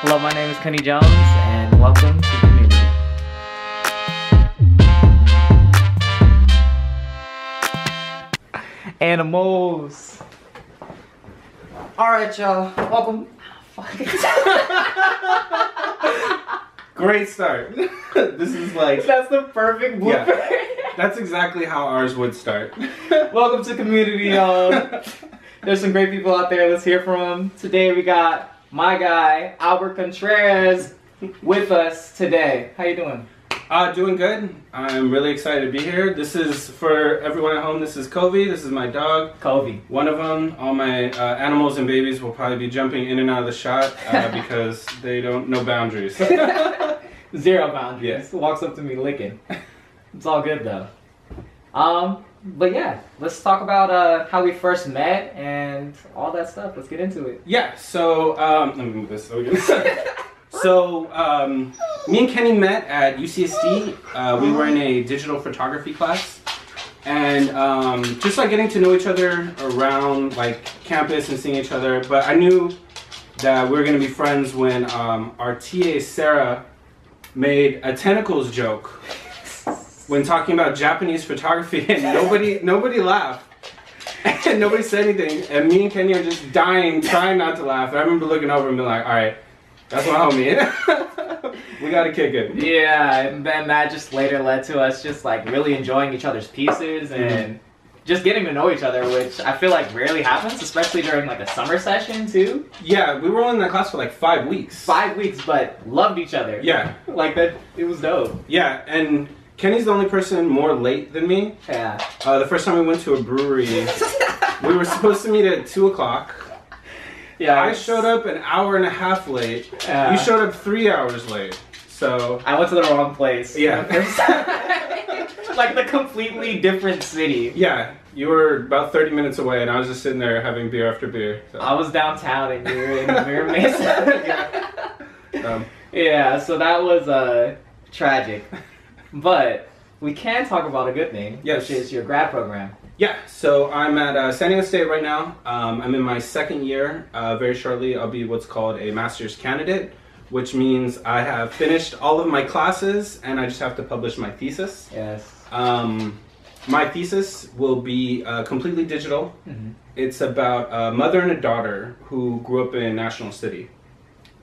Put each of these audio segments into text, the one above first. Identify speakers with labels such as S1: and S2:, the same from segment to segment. S1: Hello, my name is Kenny Jones, and welcome to Community. Animals.
S2: All right, y'all. Welcome.
S3: Great start. this is like
S1: That's the perfect
S3: Yeah.
S1: blooper.
S3: that's exactly how ours would start.
S1: welcome to Community, y'all. There's some great people out there. Let's hear from them. Today we got my guy Albert Contreras with us today. How you doing?
S3: Uh, doing good. I'm really excited to be here. This is for everyone at home. This is Kobe. This is my dog.
S1: Kobe.
S3: One of them. All my uh, animals and babies will probably be jumping in and out of the shot uh, because they don't know boundaries.
S1: Zero boundaries.
S3: Yes.
S1: Walks up to me licking. It's all good though. Um, but yeah, let's talk about uh, how we first met and all that stuff. Let's get into it.
S3: Yeah, so um, let me move this so we can- so um, me and Kenny met at UCSD. Uh, we were in a digital photography class, and um, just like getting to know each other around like campus and seeing each other. But I knew that we were gonna be friends when um, our TA Sarah made a tentacles joke when talking about Japanese photography, and nobody nobody laughed. And nobody said anything, and me and Kenny are just dying, trying not to laugh. And I remember looking over and being like, "All right, that's my homie. we gotta kick it."
S1: Yeah, and then that just later led to us just like really enjoying each other's pieces and just getting to know each other, which I feel like rarely happens, especially during like a summer session too.
S3: Yeah, we were only in that class for like five weeks.
S1: Five weeks, but loved each other.
S3: Yeah,
S1: like that. It was dope.
S3: yeah, and Kenny's the only person more late than me.
S1: Yeah.
S3: Uh, the first time we went to a brewery, we were supposed to meet at two o'clock.
S1: Yeah.
S3: I showed up an hour and a half late.
S1: Yeah.
S3: You showed up three hours late. So
S1: I went to the wrong place.
S3: Yeah.
S1: like the completely different city.
S3: yeah, you were about thirty minutes away, and I was just sitting there having beer after beer. So,
S1: I was downtown and you were in Mirror Mesa.
S3: um,
S1: yeah, so that was uh, tragic. But we can talk about a good thing,
S3: Yes.
S1: which is your grad program.
S3: Yeah, so I'm at uh, San Diego State right now. Um, I'm in my second year. Uh, very shortly, I'll be what's called a master's candidate, which means I have finished all of my classes and I just have to publish my thesis.
S1: Yes.
S3: Um, my thesis will be uh, completely digital.
S1: Mhm.
S3: It's about a mother and a daughter who grew up in National City.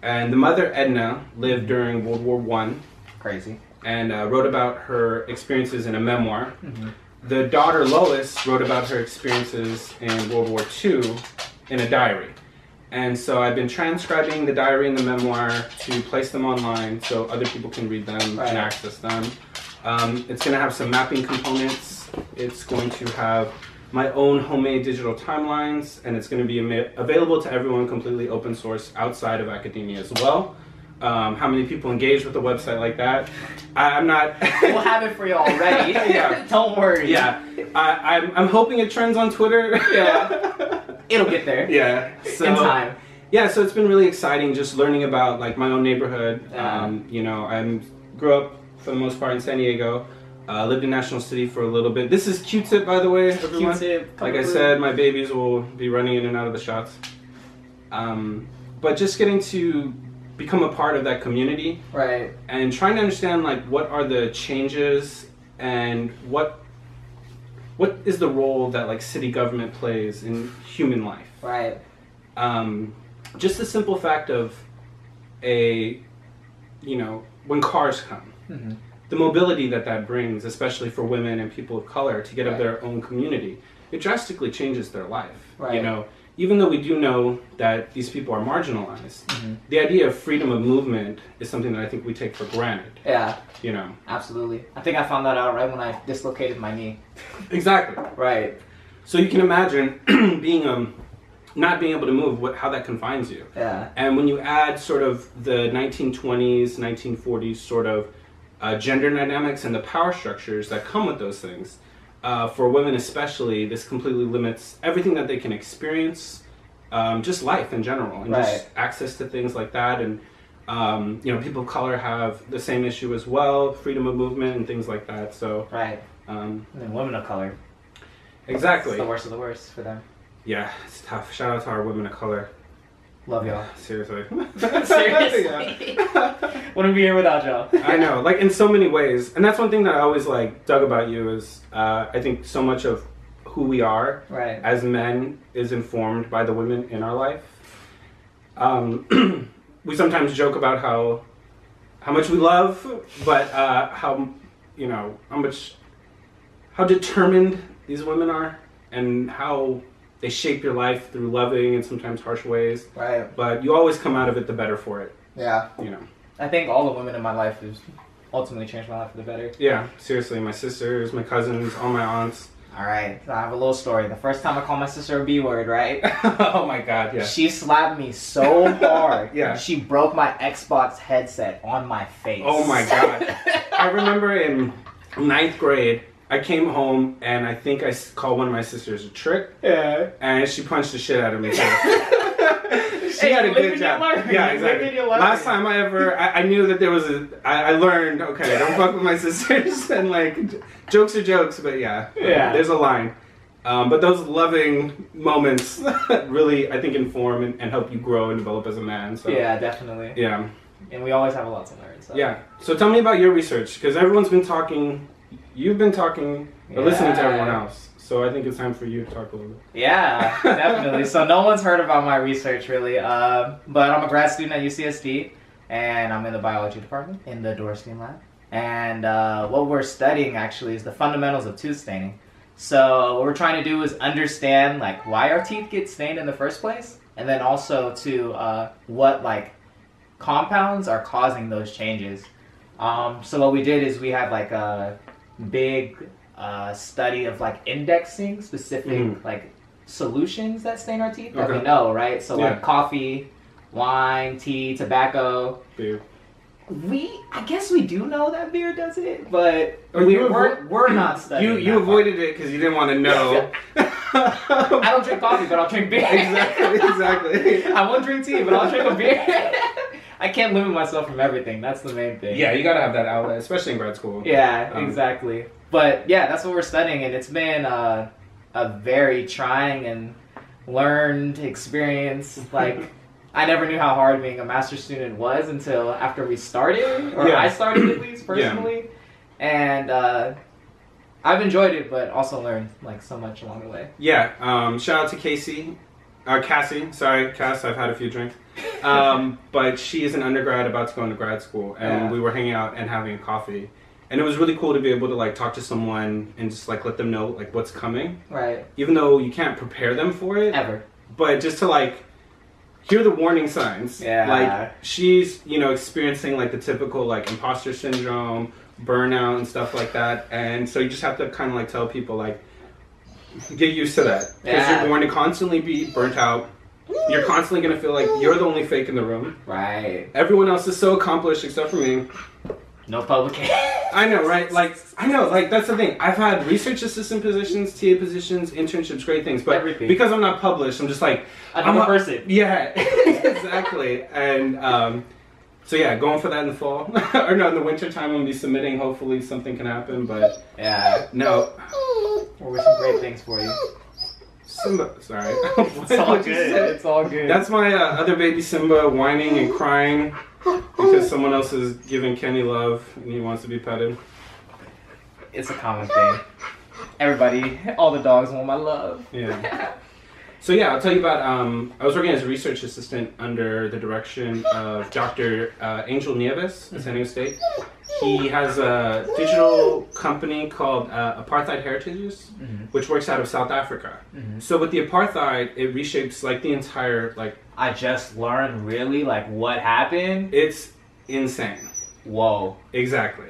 S3: And the mother, Edna, lived during World War One
S1: Crazy.
S3: and uh, wrote about her experiences in a memoir.
S1: Mhm.
S3: The daughter Lois wrote about her experiences in World War II in a diary. And so I've been transcribing the diary and the memoir to place them online so other people can read them
S1: Right.
S3: and access them. Um, it's going to have some mapping components. It's going to have my own homemade digital timelines, and it's going to be ama- available to everyone completely open source outside of academia as well. Um, how many people engage with a website like that? I, I'm not.
S1: We'll have it for you already.
S3: Yeah.
S1: Don't worry.
S3: yeah, I, I'm, I'm hoping it trends on Twitter.
S1: Yeah. It'll get there.
S3: yeah. So,
S1: in time.
S3: yeah so it's been really exciting just learning about like my own neighborhood
S1: Yeah.
S3: um, you know i'm grew up for the most part in san diego uh, lived in national city for a little bit this is q-tip by the way everyone
S1: Q-tip,
S3: like
S1: come
S3: i
S1: through.
S3: said my babies will be running in and out of the shots um, but just getting to become a part of that community
S1: Right.
S3: and trying to understand like what are the changes and what what is the role that like city government plays in human life
S1: Right.
S3: um, just the simple fact of a you know when cars come
S1: Mhm.
S3: the mobility that that brings especially for women and people of color to get
S1: Right.
S3: up their own community it drastically changes their life you
S1: Right.
S3: know even though we do know that these people are marginalized
S1: Mm-hmm.
S3: the idea of freedom of movement is something that i think we take for granted
S1: Yeah.
S3: you know
S1: Absolutely. I think I found that out right when I dislocated my knee.
S3: exactly
S1: Right.
S3: so you can imagine being um not being able to move what how that confines you
S1: Yeah.
S3: And when you add sort of the 1920s, 1940s sort of uh, gender dynamics and the power structures that come with those things, uh, for women especially, this completely limits everything that they can experience, um, just life in general, and
S1: Right.
S3: just access to things like that. And um, you know, people of color have the same issue as well, freedom of movement and things like that. So
S1: Right.
S3: um,
S1: And then women of color. It's
S3: exactly,
S1: the worst of the worst for them.
S3: yeah, it's tough. Shout out to our women of color.
S1: Love y'all.
S3: Seriously.
S1: Seriously. Wouldn't be here without y'all.
S3: I know, like in so many ways, and that's one thing that I always like dug about you is uh, I think so much of who we are
S1: Right.
S3: as men is informed by the women in our life. Um, we sometimes joke about how how much we love, but uh, how you know how much how determined these women are, and how they shape your life through loving and sometimes harsh ways.
S1: Right.
S3: But you always come out of it the better for it,
S1: Yeah.
S3: you know.
S1: I think all the women in my life has ultimately changed my life for the better.
S3: Yeah, seriously, my sisters, my cousins, all my aunts.
S1: All right. So I have a little story. The first time I called my sister a B word, right?
S3: oh my god, yeah.
S1: She slapped me so hard.
S3: Yeah.
S1: She broke my Xbox headset on my face.
S3: Oh my god. I remember in ninth grade, I came home and I think I s- called one of my sisters a trick,
S1: Yeah.
S3: and she punched the shit out of me. Too. she
S1: Hey,
S3: had a
S1: living
S3: good
S1: your
S3: job.
S1: life.
S3: Yeah,
S1: Living
S3: exactly.
S1: your life.
S3: Last time I ever, I, I knew that there was a. I, I learned. Okay, don't fuck with my sisters, and like j- jokes are jokes, but yeah,
S1: Yeah.
S3: There's a line. Um, but those loving moments really, I think, inform and, and help you grow and develop as a man. So
S1: Yeah, definitely.
S3: yeah.
S1: And we always have a lot to learn. So.
S3: Yeah. So tell me about your research, because everyone's been talking. You've been talking or listening to
S1: Yeah.
S3: everyone else. So I think it's time for you to talk a little bit.
S1: Yeah, definitely. so no one's heard about my research really, Um but I'm a grad student at UCSD, and I'm in the biology department in the Dorstein lab. And uh, what we're studying actually is the fundamentals of tooth staining. So what we're trying to do is understand like why our teeth get stained in the first place, and then also to uh, what like compounds are causing those changes. Um, so what we did is we had like a big uh, study of like indexing specific
S3: Mhm.
S1: like solutions that stain our teeth that we
S3: Okay.
S1: know, right? So
S3: Yeah.
S1: like coffee, wine, tea, tobacco.
S3: Beer.
S1: We I guess we do know that beer does it, but
S3: Or
S1: we,
S3: you avo-
S1: we're, we're not studying.
S3: You
S1: that
S3: you
S1: part.
S3: avoided it because you didn't want to know.
S1: I don't drink coffee, but I'll drink beer.
S3: exactly. Exactly.
S1: I won't drink tea, but I'll drink a beer. I can't limit myself from everything. That's the main thing.
S3: Yeah, you gotta have that outlet, especially in grad school.
S1: Yeah,
S3: Um,
S1: exactly. But yeah, that's what we're studying, and it's been uh, a very trying and learned experience. Like, I never knew how hard being a master's student was until after we started, or
S3: Yeah.
S1: I started at least
S3: Yeah.
S1: personally. And uh, I've enjoyed it, but also learned like so much along the way.
S3: Yeah. Um, shout out to Casey, uh, Cassie. Sorry, Cass. I've had a few drinks. Um, but she is an undergrad about to go into grad school, and
S1: Yeah.
S3: we were hanging out and having coffee, and it was really cool to be able to like talk to someone and just like let them know like what's coming,
S1: Right?
S3: even though you can't prepare them for it.
S1: Ever.
S3: But just to like hear the warning signs.
S1: Yeah.
S3: Like she's you know experiencing like the typical like imposter syndrome, burnout, and stuff like that, and so you just have to kind of like tell people like get used to that because
S1: Yeah.
S3: you're going to constantly be burnt out. You're constantly gonna feel like you're the only fake in the room.
S1: Right.
S3: Everyone else is so accomplished except for me.
S1: No publication.
S3: I know, right? Like, I know, like that's the thing. I've had research assistant positions, TA positions, internships, great things, but
S1: Everything.
S3: because I'm not published, I'm just like
S1: Another
S3: I'm a-
S1: person.
S3: Yeah, exactly. and um, so yeah, going for that in the fall or no, in the winter time. I'm gonna be submitting. Hopefully, something can happen. But
S1: Yeah.
S3: no,
S1: We're with some great things for you.
S3: Simba. Sorry,
S1: It's all
S3: What'd you
S1: good.
S3: say?
S1: It's all good.
S3: That's my uh, other baby Simba whining and crying because someone else is giving Kenny love and he wants to be petted.
S1: It's a common thing. Everybody, all the dogs want my love.
S3: Yeah. So yeah, I'll tell you about. Um, I was working as a research assistant under the direction of Dr. Uh, Angel Nieves at San Diego State. He has a digital company called uh, Apartheid Heritages,
S1: Mhm.
S3: which works out of South Africa.
S1: Mhm.
S3: So with the apartheid, it reshapes like the entire like
S1: I just learned really like what happened.
S3: it's insane.
S1: Whoa.
S3: Exactly.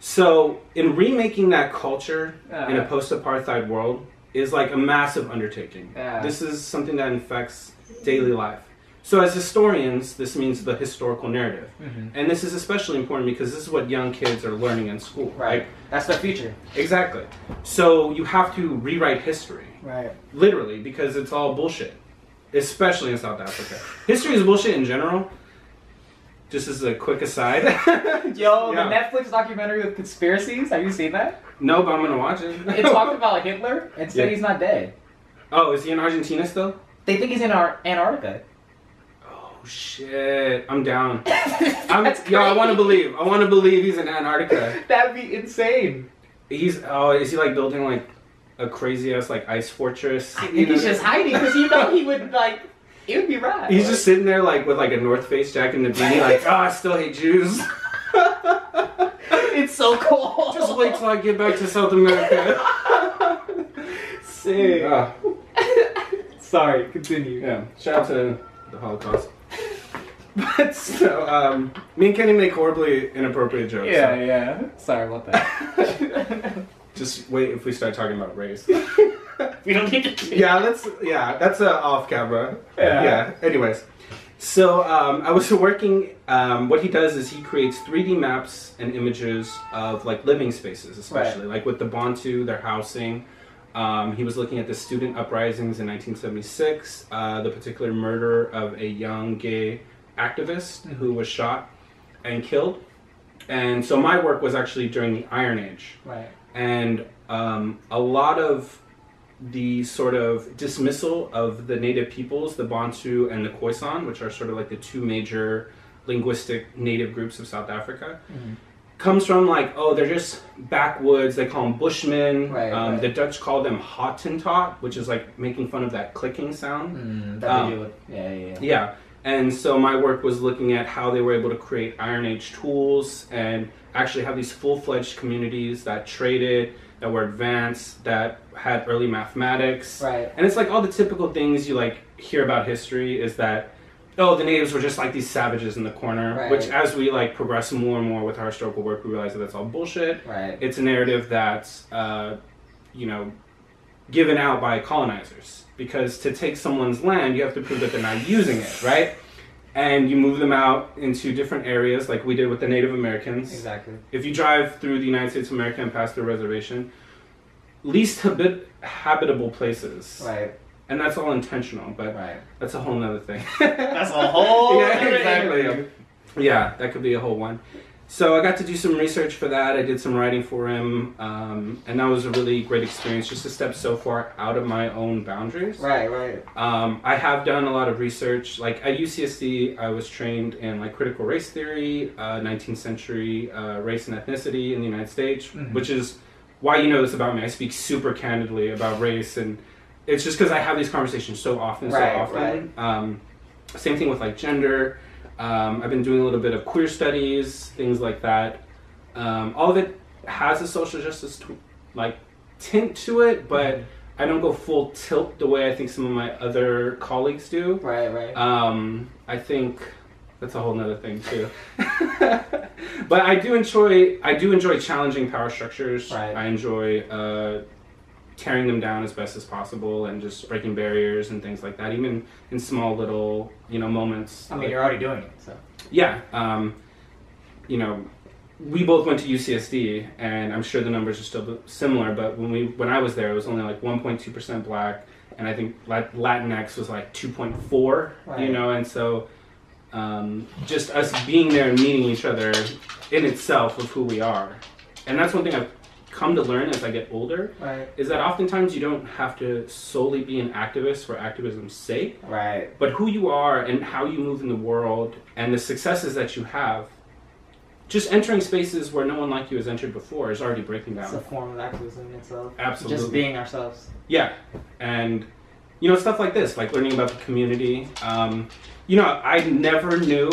S3: So in remaking that culture in a
S1: Uh.
S3: post-apartheid world is like a massive undertaking.
S1: Yeah.
S3: This is something that infects daily life. So as historians, this means the historical narrative.
S1: Mm-hmm.
S3: And this is especially important because this is what young kids are learning in school,
S1: Right. That's the future.
S3: Exactly. So you have to rewrite history,
S1: Right.
S3: literally, because it's all bullshit, especially in South Africa. History is bullshit in general. Just as a quick aside.
S1: Yo,
S3: Yeah.
S1: the Netflix documentary with conspiracies. Have you seen that?
S3: No, but I'm gonna watch it.
S1: It talked about Hitler and said
S3: Yeah.
S1: he's not dead.
S3: oh, is he in Argentina still? Oh,
S1: They think he's in Ar- Antarctica.
S3: shit, I'm down. I'm,
S1: That's
S3: yo, I want
S1: crazy.
S3: to believe. I want to believe he's in Antarctica.
S1: That'd be insane.
S3: He's oh, is he like building like a crazy ass like ice fortress?
S1: I
S3: You
S1: think
S3: know,
S1: he's just hiding because you know he would like. It would be rad.
S3: he's just sitting there like with like a North Face jacket and a beanie, like ah, I still hate Jews.
S1: It's so cold.
S3: just wait till I get back to South America.
S1: Sick.
S3: Ah,
S1: Sorry. Continue.
S3: yeah, shout out to the Holocaust. But so, um, me and Kenny make horribly inappropriate jokes.
S1: Yeah, yeah. Sorry about that.
S3: Just wait if we start talking about race.
S1: we don't need to.
S3: yeah, that's yeah, that's uh, off camera.
S1: Yeah.
S3: Anyways, so um, I was working. Um, what he does is he creates 3D maps and images of like living spaces, especially like with the Bantu, their housing. Um, he was looking at the student uprisings in 1976, uh, the particular murder of a young gay activist who was shot and killed. And so my work was actually during the Iron Age
S1: Right.
S3: and um, a lot of the sort of dismissal of the native peoples, the Bantu and the Khoisan, which are sort of like the two major linguistic native groups of South Africa,
S1: Mm-hmm.
S3: comes from like, oh, they're just backwoods. They call them Bushmen.
S1: Right,
S3: um,
S1: right.
S3: The Dutch call them Hottentot, which is like making fun of that clicking sound.
S1: Mm,
S3: Um,
S1: that would. Yeah, yeah, yeah.
S3: Yeah. And so my work was looking at how they were able to create Iron Age tools and actually have these full fledged communities that traded, that were advanced, that had early mathematics.
S1: Right.
S3: And it's like all the typical things you like hear about history is that oh the natives were just like these savages in the corner.
S1: Right.
S3: Which as we like progress more and more with our historical work we realize that that's all bullshit.
S1: Right.
S3: It's a narrative that's uh, you know, given out by colonizers because to take someone's land you have to prove that they're not using it right and you move them out into different areas like we did with the native americans
S1: Exactly.
S3: if you drive through the united states of america and past their reservation least habit- habitable places
S1: Right.
S3: and that's all intentional but
S1: Right.
S3: that's a whole nother thing
S1: That's a whole.
S3: yeah,
S1: other interview.
S3: exactly. Yeah, that could be a whole one. So I got to do some research for that. I did some writing for him, um, and that was a really great experience. Just to step so far out of my own boundaries.
S1: Right. Right.
S3: Um, I have done a lot of research. Like at UCSD, I was trained in like critical race theory, uh, 19th century uh, race and ethnicity in the United States,
S1: Mhm.
S3: which is why you know this about me. I speak super candidly about race, and it's just because I have these conversations so often,
S1: Right,
S3: so often. Um, same thing with like gender. Um, I've been doing a little bit of queer studies, things like that. Um, all of it has a social justice t- like tint to it, but I don't go full tilt the way I think some of my other colleagues do.
S1: Right. Right.
S3: Um, I think that's a whole nother thing too. but I do enjoy I do enjoy challenging power structures.
S1: Right.
S3: I enjoy uh, tearing them down as best as possible and just breaking barriers and things like that, even in small little you know moments.
S1: I mean,
S3: Like-
S1: you're already doing it, so.
S3: yeah, um, you know, we both went to UCSD, and I'm sure the numbers are still similar. But when we when I was there, it was only like 1.2 percent black, and I think Lat- Latinx was like 2.4.
S1: Right.
S3: You know, and so um, just us being there and meeting each other in itself of who we are, and that's one thing I've come to learn as I get older
S1: Right.
S3: is that oftentimes you don't have to solely be an activist for activism's sake
S1: Right.
S3: but who you are and how you move in the world and the successes that you have just entering spaces where no one like you has entered before is already breaking down
S1: It's a form of activism itself.
S3: absolutely
S1: Just being ourselves.
S3: yeah and you know stuff like this like learning about the community um, you know i never knew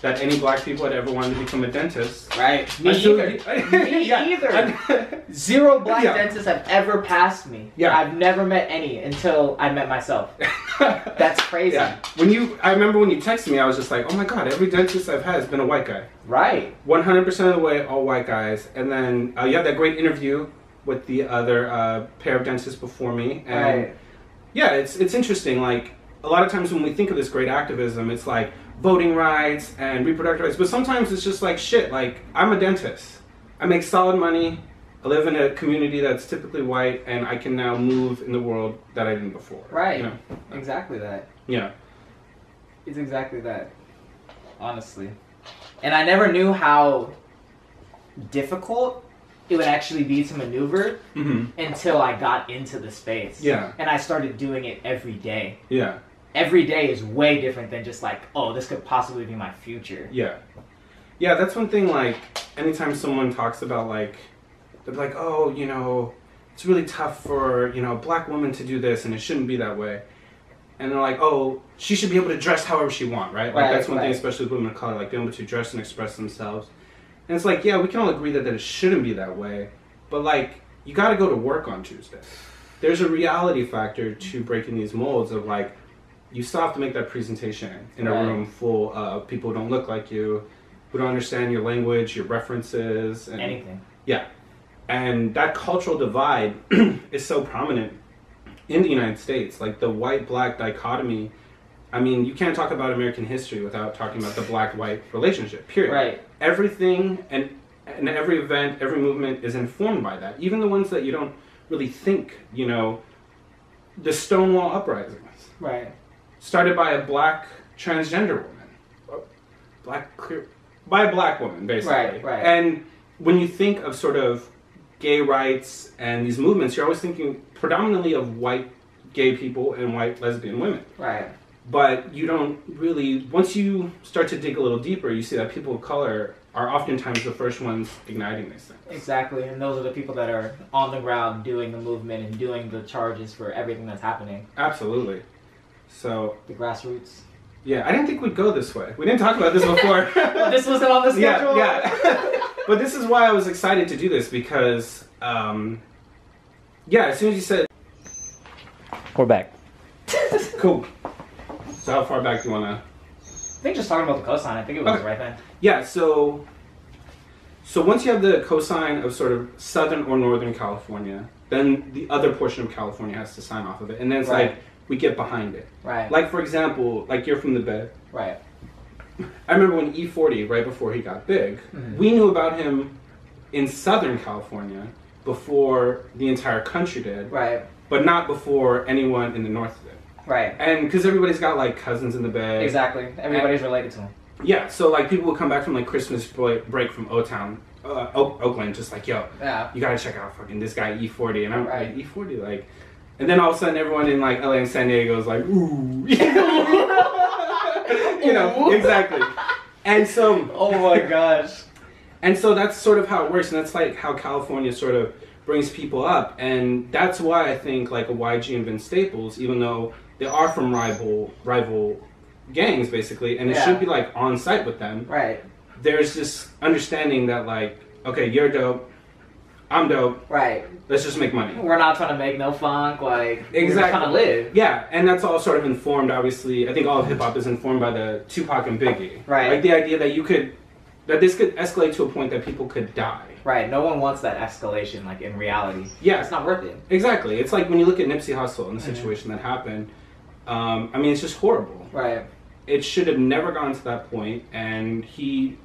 S3: that any black people had ever wanted to become a dentist
S1: Right. Me
S3: Until-
S1: either. Me
S3: Yeah.
S1: either. Zero black
S3: Yeah.
S1: dentists have ever passed me.
S3: Yeah.
S1: I've never met any until I met myself. That's crazy.
S3: yeah. When you, I remember when you texted me, I was just like, "Oh my god, every dentist I've had has been a white guy."
S1: Right.
S3: 100% of the way, all white guys. And then uh, you had that great interview with the other uh, pair of dentists before me. And
S1: Right.
S3: yeah, it's, it's interesting. Like, a lot of times when we think of this great activism, it's like voting rights and reproductive rights. But sometimes it's just like shit. Like, I'm a dentist, I make solid money. I live in a community that's typically white, and I can now move in the world that I didn't before.
S1: Right.
S3: You know?
S1: Exactly that.
S3: Yeah.
S1: It's exactly that. Honestly. And I never knew how difficult it would actually be to maneuver
S3: hmm
S1: until I got into the space.
S3: Yeah.
S1: And I started doing it every day.
S3: Yeah.
S1: every day is way different than just like, oh, this could possibly be my future.
S3: Yeah. Yeah, that's one thing, like, anytime someone talks about, like, they're like, oh, you know, it's really tough for, you know, a black woman to do this and it shouldn't be that way. And they're like, oh, she should be able to dress however she want, right? Like,
S1: Right,
S3: that's one thing,
S1: right.
S3: especially with women of color, like, being able to dress and express themselves. And it's like, yeah, we can all agree that, that it shouldn't be that way, but, like, you gotta go to work on Tuesday. There's a reality factor to breaking these molds of, like, you still have to make that presentation in a
S1: Right.
S3: room full of people who don't look like you, who don't understand your language, your references, and
S1: Anything.
S3: yeah, and that cultural divide is so prominent in the United States. Like the white-black dichotomy. I mean, you can't talk about American history without talking about the black-white relationship. Period.
S1: Right.
S3: Everything and and every event, every movement is informed by that. Even the ones that you don't really think. You know, the Stonewall uprisings
S1: Right.
S3: started by a black transgender woman, Uh, black queer, by a black woman basically.
S1: Right, right.
S3: And when you think of sort of gay rights and these movements, you're always thinking predominantly of white gay people and white lesbian women.
S1: Right.
S3: But you don't really once you start to dig a little deeper, you see that people of color are oftentimes the first ones igniting these things.
S1: Exactly. And those are the people that are on the ground doing the movement and doing the charges for everything that's happening.
S3: Absolutely. So
S1: The grassroots.
S3: yeah, I didn't think we'd go this way. We didn't talk about this before.
S1: But this wasn't on the
S3: yeah,
S1: schedule.
S3: yeah. but this is why I was excited to do this because, um, yeah, as soon as you said
S1: We're back.
S3: cool, so how far back do you wanna?
S1: I think just talking about the coastline, I think it was
S3: Okay.
S1: right then.
S3: Yeah, so, so once you have the cosine of sort of southern or northern California, then the other portion of California has to sign off of it, and then it's
S1: Right.
S3: like we get behind it.
S1: Right.
S3: Like for example, like you're from the Bay.
S1: right.
S3: I remember when E40, right before he got big,
S1: Mhm.
S3: we knew about him in Southern California before the entire country did.
S1: Right.
S3: but not before anyone in the north did.
S1: Right.
S3: And because everybody's got like cousins in the Bay.
S1: Exactly. Everybody's related to him.
S3: Yeah, so like people would come back from like Christmas bro- break from O Town, uh, o- Oakland, just like, yo,
S1: Yeah.
S3: you gotta check out fucking this guy E40. And I'm
S1: Right.
S3: like, E40, like. And then all of a sudden everyone in like LA and San Diego is like, ooh. you know,
S1: Ooh.
S3: exactly. And so.
S1: Oh my gosh.
S3: And so that's sort of how it works, and that's like how California sort of brings people up, and that's why I think like a YG and Vince Staples, even though they are from rival rival gangs basically, and it
S1: Yeah.
S3: should be like on site with them.
S1: Right.
S3: There's this understanding that like, okay, you're dope, I'm dope,
S1: Right.
S3: let's just make money.
S1: We're not trying to make no funk. Like we're just
S3: Exactly.
S1: trying to live.
S3: Yeah, and that's all sort of informed. Obviously, I think all of hip hop is informed by the Tupac and Biggie.
S1: Right.
S3: Like the idea that you could, that this could escalate to a point that people could die.
S1: Right. No one wants that escalation. Like in reality,
S3: Yeah.
S1: it's not worth it.
S3: Exactly. It's like when you look at Nipsey Hussle and the situation that happened. Um, I mean, it's just horrible.
S1: Right.
S3: It should have never gone to that point, and he,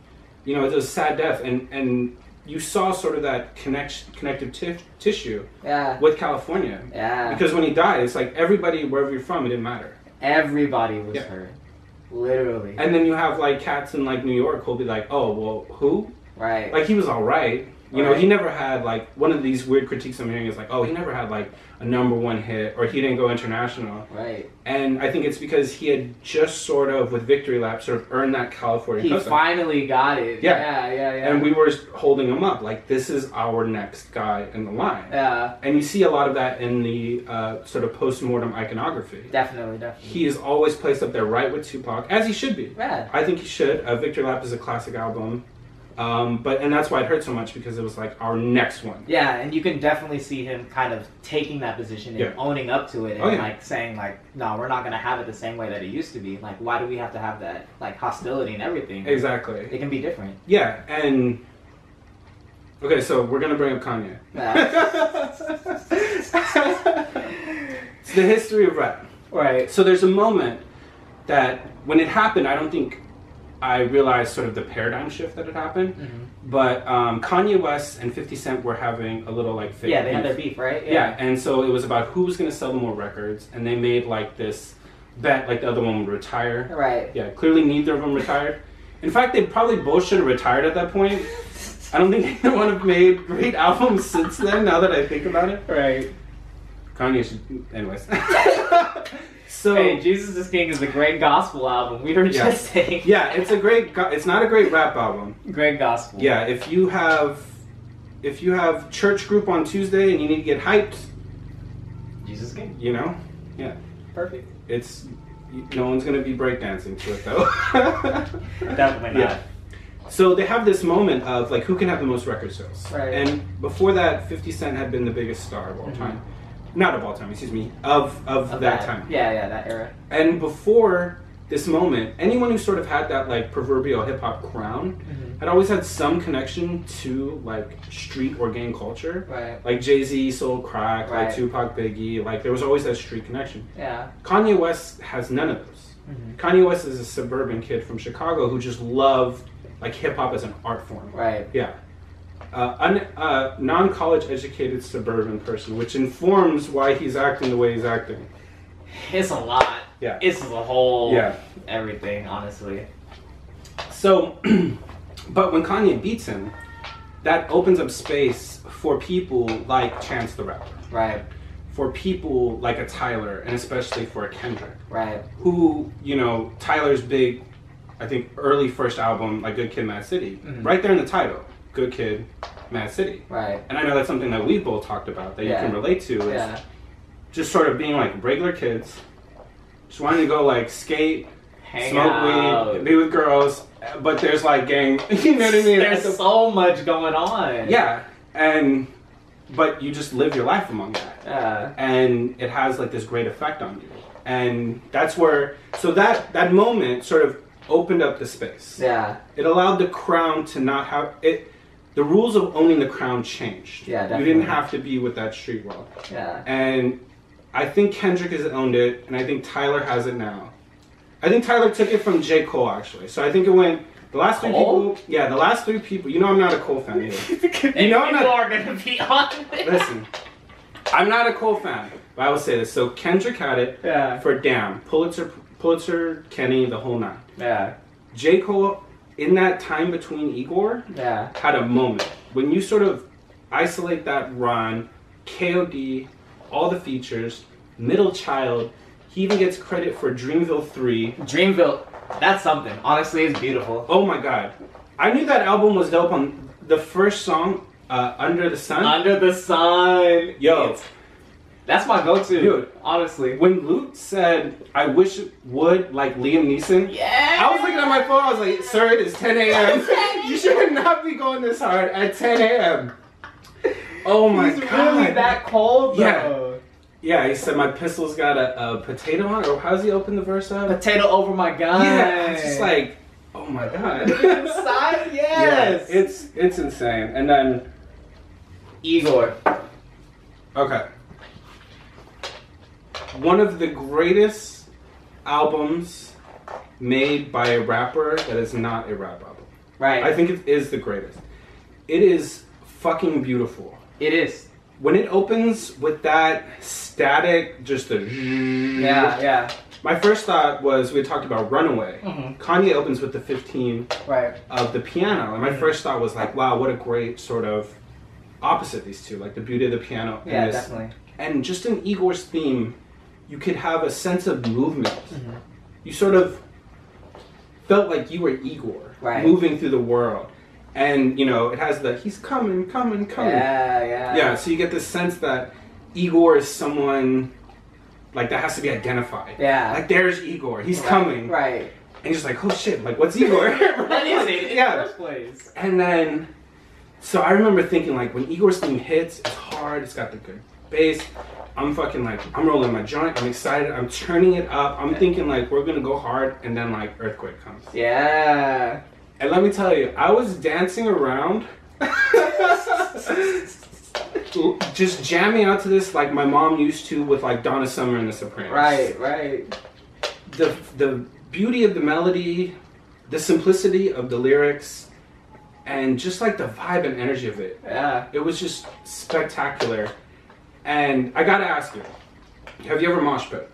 S3: you know, it was a sad death, and and you saw sort of that connect connective tif- tissue
S1: Yeah.
S3: with California
S1: Yeah.
S3: because when he died, it's like everybody wherever you're from, it didn't matter.
S1: Everybody was
S3: Yeah.
S1: hurt. Literally.
S3: And then you have like cats in like New York who'll be like, oh well, who?
S1: right.
S3: Like he was all right. You know,
S1: Right.
S3: he never had like one of these weird critiques I'm hearing is like, oh, he never had like a number one hit, or he didn't go international.
S1: right.
S3: And I think it's because he had just sort of, with Victory Lap, sort of earned that California
S1: He
S3: custom.
S1: finally got it.
S3: Yeah.
S1: Yeah. Yeah. Yeah.
S3: And we were holding him up, like, this is our next guy in the line.
S1: yeah.
S3: And you see a lot of that in the uh, sort of post mortem iconography.
S1: Definitely. Definitely.
S3: He is always placed up there right with Tupac, as he should be.
S1: Yeah.
S3: I think he should. Uh, Victory Lap is a classic album. Um, but and that's why it hurt so much because it was like our next one.
S1: Yeah, and you can definitely see him kind of taking that position and
S3: Yeah.
S1: owning up to it and
S3: Oh, yeah.
S1: like saying like, no, we're not gonna have it the same way that it used to be. Like, why do we have to have that like hostility and everything?
S3: Exactly.
S1: It can be different.
S3: Yeah, and okay, so we're gonna bring up Kanye. it's the history of rap.
S1: right.
S3: So there's a moment that when it happened, I don't think I realized sort of the paradigm shift that had happened.
S1: Mm-hmm.
S3: But um, Kanye West and 50 Cent were having a little like fake
S1: Yeah, they had
S3: beef.
S1: their beef, right?
S3: Yeah. and so it was about who was gonna sell the more records, and they made like this bet like the other one would retire.
S1: Right.
S3: Yeah, clearly neither of them retired. In fact, they probably both should have retired at that point. I don't think either one have made great albums since then. Now that I think about it,
S1: Right.
S3: Kanye should. Anyways. so.
S1: Hey, Jesus is King is a great gospel album. We were
S3: Yeah.
S1: just saying.
S3: yeah, it's a great. go- It's not a great rap album.
S1: Great gospel.
S3: Yeah, if you have, if you have church group on Tuesday and you need to get hyped,
S1: Jesus is King.
S3: you know,
S1: Perfect.
S3: it's no one's gonna be breakdancing to it though.
S1: Definitely not.
S3: Yeah. So they have this moment of like who can have the most record sales.
S1: Right.
S3: And before that, 50 Cent had been the biggest star of all
S1: Mhm.
S3: time. Not of all time, excuse me, of of,
S1: Of
S3: that, time.
S1: Yeah, yeah, that era.
S3: And before this moment, anyone who sort of had that like proverbial hip hop crown
S1: Mhm.
S3: had always had some connection to like street or gang culture.
S1: Right.
S3: Like Jay Z, Soul Crack,
S1: Right.
S3: like Tupac, Biggie, like there was always that street connection.
S1: Yeah.
S3: Kanye West has none of those.
S1: Mhm.
S3: Kanye West is a suburban kid from Chicago who just loved like hip hop as an art form.
S1: Right.
S3: Yeah. Uh, un, uh, non-college educated suburban person, which informs why he's acting the way he's acting.
S1: It's a lot.
S3: Yeah.
S1: It's the whole
S3: Yeah.
S1: everything, honestly.
S3: So, but when Kanye beats him, that opens up space for people like Chance the Rapper,
S1: Right,
S3: for people like a Tyler, and especially for a Kendrick,
S1: right,
S3: who you know Tyler's big, I think early first album, like Good Kid, Mad City,
S1: Mhm.
S3: right there in the title, Good Kid, Mad City.
S1: right.
S3: And I know that's something that we both talked about that
S1: Yeah.
S3: you can relate to. Is
S1: Yeah.
S3: just sort of being like regular kids, just wanting to go like skate,
S1: Hang
S3: smoke
S1: out.
S3: weed, be with girls, but there's like gang, you know what I mean?
S1: There's
S3: At the-
S1: so much going on.
S3: yeah, and but you just live your life among that,
S1: Yeah.
S3: and it has like this great effect on you, and that's where so that that moment sort of opened up the space.
S1: Yeah.
S3: It allowed the crown to not have it. The rules of owning the crown changed.
S1: Yeah,
S3: You
S1: definitely.
S3: didn't have to be with that street world.
S1: Yeah.
S3: And I think Kendrick has owned it, and I think Tyler has it now. I think Tyler took it from J. Cole actually. So I think it went the last three
S1: Cole?
S3: people. Yeah, the last three people. You know I'm not a Cole fan either.
S1: you
S3: know I'm
S1: people
S3: not-
S1: are gonna be on it.
S3: Listen, I'm not a Cole fan, but I will say this. So Kendrick had it
S1: Yeah.
S3: for Damn, Pulitzer, Pulitzer, Kenny, the whole nine.
S1: Yeah.
S3: J. Cole in that time between Igor
S1: Yeah.
S3: had a moment when you sort of isolate that run, KOD, all the features, middle child. He even gets credit for Dreamville 3.
S1: Dreamville. That's something. Honestly, it's beautiful.
S3: Oh my god. I knew that album was dope on the first song, uh, Under the Sun.
S1: Under the sun.
S3: Yo.
S1: It's- that's my go-to.
S3: Dude.
S1: Honestly.
S3: when Luke said, I wish it would, like Liam Neeson,
S1: Yeah.
S3: I was looking at my phone, I was like, sir, it is 10 a.m.
S1: 10
S3: you should not be going this hard at 10 a.m. Oh my
S1: He's
S3: god.
S1: really that cold though.
S3: Yeah. Yeah, he said my pistol's got a, a potato on it. Or how's he open the verse up?
S1: Potato over my gun.
S3: Yeah, it's just like, oh my god.
S1: inside. Yes.
S3: Yeah, it's it's insane. And then
S1: Igor.
S3: okay, one of the greatest albums made by a rapper that is not a rap album.
S1: Right.
S3: I think it is the greatest. It is fucking beautiful.
S1: it is.
S3: When it opens with that static, just the Mm-hmm.
S1: Yeah. Yeah.
S3: My first thought was we had talked about Runaway.
S1: Mhm.
S3: Kanye opens with the 15
S1: Right.
S3: of the piano, and my
S1: Mhm.
S3: first thought was like, wow, what a great sort of opposite these two, like the beauty of the piano
S1: Yeah.
S3: and this,
S1: Definitely.
S3: and just in Igor's theme, you could have a sense of movement. You sort of felt like you were Igor
S1: Right.
S3: moving through the world, and you know it has the he's coming, coming, coming.
S1: Yeah. Yeah.
S3: Yeah, so you get this sense that Igor is someone like that has to be identified.
S1: Yeah.
S3: Like there's Igor, he's
S1: Right,
S3: coming.
S1: Right.
S3: And you're just like, oh shit, like what's Igor?
S1: That is it. In the
S3: yeah.
S1: first place.
S3: And then so I remember thinking like when Igor's theme hits, it's hard, it's got the good bass. I'm fucking like I'm rolling my joint, I'm excited, I'm turning it up, I'm thinking like we're gonna go hard and then like earthquake comes.
S1: Yeah.
S3: And let me tell you, I was dancing around just jamming out to this like my mom used to with like Donna Summer and the Sopranos.
S1: Right. Right.
S3: the the beauty of the melody, the simplicity of the lyrics, and just like the vibe and energy of it.
S1: Yeah.
S3: It was just spectacular. And I gotta ask you, have you ever mosh pit?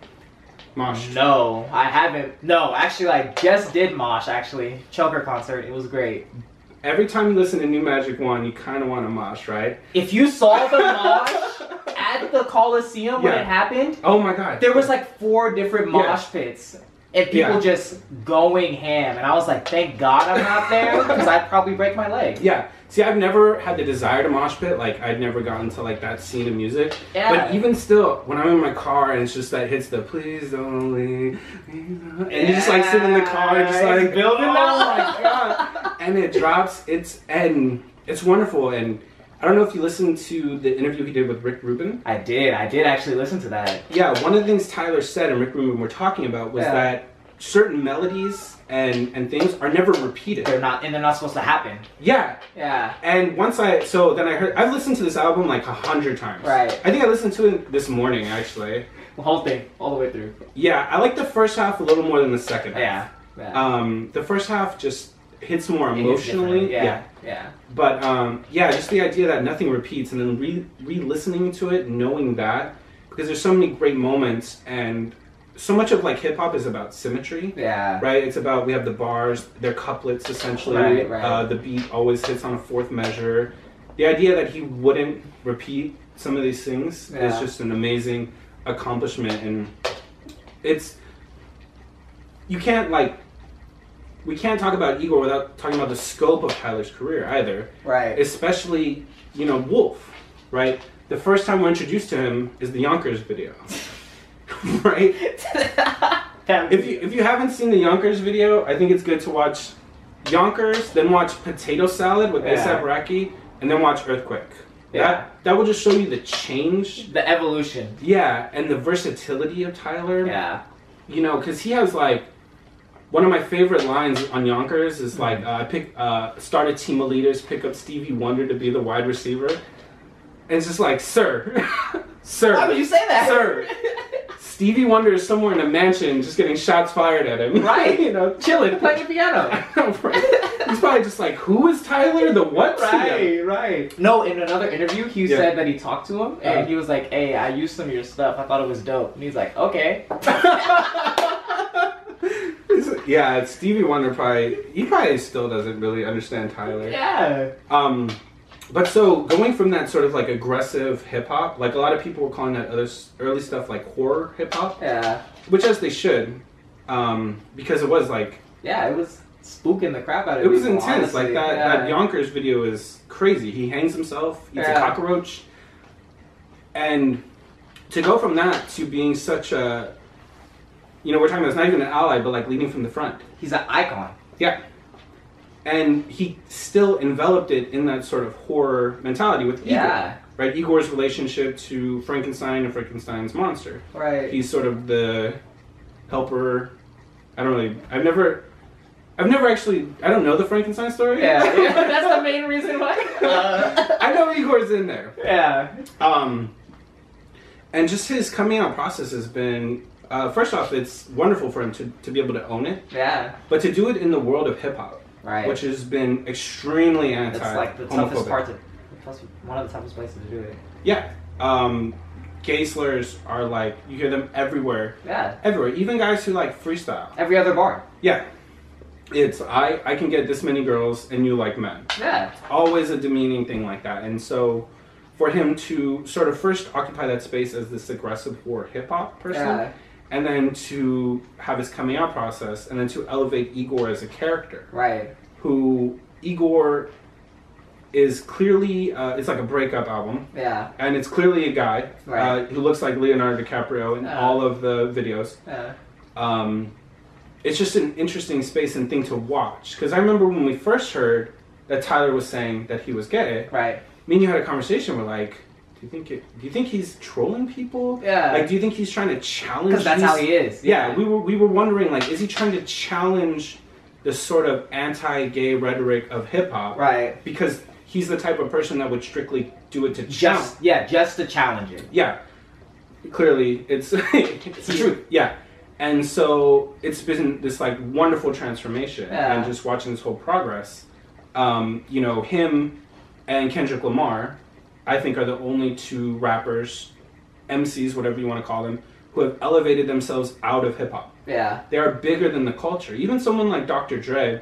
S3: Mosh.
S1: No, I haven't. No, actually, I just did mosh. Actually, Choker concert. It was great.
S3: Every time you listen to New Magic One, you kind of want to mosh, right?
S1: If you saw the mosh
S2: at the Coliseum when
S3: Yeah.
S2: it happened,
S3: Oh my god.
S1: There was like four different
S3: Yeah.
S1: mosh pits and people
S3: Yeah.
S1: just going ham, and I was like, thank God I'm not there because I'd probably break my leg.
S3: Yeah. See, I've never had the desire to mosh pit. Like, I'd never gotten to like that scene of music.
S2: Yeah.
S3: But even still, when I'm in my car and it's just that hits the please don't leave, and you just like sit in the car and just
S1: Yeah, it's
S3: like
S1: building
S3: oh
S1: up.
S3: my god, and it drops. It's and it's wonderful. And I don't know if you listened to the interview he did with Rick Rubin.
S1: I did. I did actually listen to that.
S3: Yeah, one of the things Tyler said and Rick Rubin were talking about was
S1: Yeah.
S3: that certain melodies and and things are never repeated.
S1: They're not, and they're not supposed to happen.
S3: Yeah,
S1: Yeah.
S3: And once I, so then I heard, I've listened to this album like a hundred times.
S1: Right.
S3: I think I listened to it this morning actually.
S1: The whole thing, all the way through.
S3: Yeah, I like the first half a little more than the second half.
S1: Yeah. Yeah.
S3: Um, the first half just hits more
S1: It is different.
S3: emotionally.
S1: Yeah. Yeah.
S3: But um, yeah, just the idea that nothing repeats and then re re listening to it, knowing that, because there's so many great moments and so much of like hip hop is about symmetry.
S1: Yeah.
S3: Right, it's about we have the bars, they're couplets essentially.
S1: Right, right.
S3: Uh, the beat always hits on a fourth measure. The idea that he wouldn't repeat some of these things is
S1: Yeah.
S3: just an amazing accomplishment, and it's you can't like we can't talk about Igor without talking about the scope of Tyler's career either,
S1: Right.
S3: especially you know Wolf, right? The first time we're introduced to him is the Yonkers video, right? If you if you haven't seen the Yonkers video, I think it's good to watch Yonkers, then watch Potato Salad with
S1: Yeah.
S3: ASAP Rocky, and then watch Earthquake.
S1: Yeah.
S3: That that will just show you the change.
S1: the evolution.
S3: Yeah, and the versatility of Tyler.
S1: Yeah.
S3: You know, because he has like one of my favorite lines on Yonkers
S2: Mm-hmm.
S3: is like, uh, "Pick uh, start a team of leaders, pick up Stevie Wonder to be the wide receiver," and it's just like, "Sir, sir,
S2: Why would you say that?
S3: Sir. Stevie Wonder is somewhere in a mansion just getting shots fired at him.
S1: Right.
S3: you know, chilling.
S1: Play the piano.
S3: Right. He's probably just like, who is Tyler? The what? to
S1: Right,
S3: them?"
S1: right. No, in another interview, he
S3: Yeah.
S1: said that he talked to him and
S3: Uh-huh.
S1: he was like, "Hey, I used some of your stuff. I thought it was dope." And he's like, "Okay."
S3: It's- yeah, it's Stevie Wonder probably, he probably still doesn't really understand Tyler.
S1: yeah.
S3: Um, but so going from that sort of like aggressive hip hop, like a lot of people were calling that other s- early stuff like horror hip hop,
S1: Yeah.
S3: which as they should, um, because it was like
S1: Yeah. It was spooking the crap out of
S3: It was
S1: people,
S3: intense.
S1: honestly.
S3: Like that,
S1: Yeah.
S3: that Yonkers video is crazy. He hangs himself, eats a
S1: Yeah.
S3: cockroach. And to go from that to being such a you know, we're talking about it's not even an ally, but like leading from the front.
S1: He's an icon.
S3: Yeah. And he still enveloped it in that sort of horror mentality with Igor.
S1: Yeah.
S3: Right? Igor's relationship to Frankenstein and Frankenstein's monster.
S1: Right.
S3: He's sort of the helper. I don't really. I've never. I've never actually. I don't know the Frankenstein story.
S1: yeah. yeah. That's the main reason why. Uh,
S3: I know Igor's in there.
S1: yeah.
S3: Um, and just his coming out process has been. Uh, first off, it's wonderful for him to, to be able to own it,
S1: Yeah.
S3: but to do it in the world of hip hop,
S1: Right.
S3: which has been extremely anti.
S1: That's like the toughest
S3: homophobic.
S1: part to. That's one of the toughest places to do it.
S3: Yeah. Um, gay slurs are like you hear them everywhere,
S1: Yeah.
S3: everywhere. Even guys who like freestyle.
S1: Every other bar.
S3: Yeah. It's I I can get this many girls and you like men.
S1: Yeah.
S3: Always a demeaning thing like that. And so for him to sort of first occupy that space as this aggressive or hip hop person
S1: Yeah.
S3: and then to have his coming out process and then to elevate Igor as a character
S1: Right.
S3: who Igor is clearly uh, it's like a breakup album
S1: Yeah.
S3: and it's clearly a guy uh,
S1: Right.
S3: who looks like Leonardo DiCaprio in
S1: Uh.
S3: all of the videos
S1: Yeah.
S3: um, it's just an interesting space and thing to watch. Because I remember when we first heard that Tyler was saying that he was gay,
S1: Right.
S3: me and you had a conversation. We're like, do you think it, do you think he's trolling people?
S1: Yeah.
S3: Like, do you think he's trying to challenge?
S1: Because that's
S3: these-
S1: how he is.
S3: Yeah, we were we were wondering like, is he trying to challenge the sort of anti-gay rhetoric of hip hop?
S1: Right.
S3: Because he's the type of person that would strictly do it to challenge.
S1: Just yeah, just to challenge it.
S3: Yeah. Clearly, it's it's the
S1: Yeah.
S3: truth. Yeah. And so it's been this like wonderful transformation,
S1: Yeah.
S3: and just watching this whole progress. Um, you know, him and Kendrick Lamar, I think, are the only two rappers, MCs, whatever you want to call them, who have elevated themselves out of hip hop.
S1: Yeah.
S3: They are bigger than the culture. Even someone like Dr. Dre,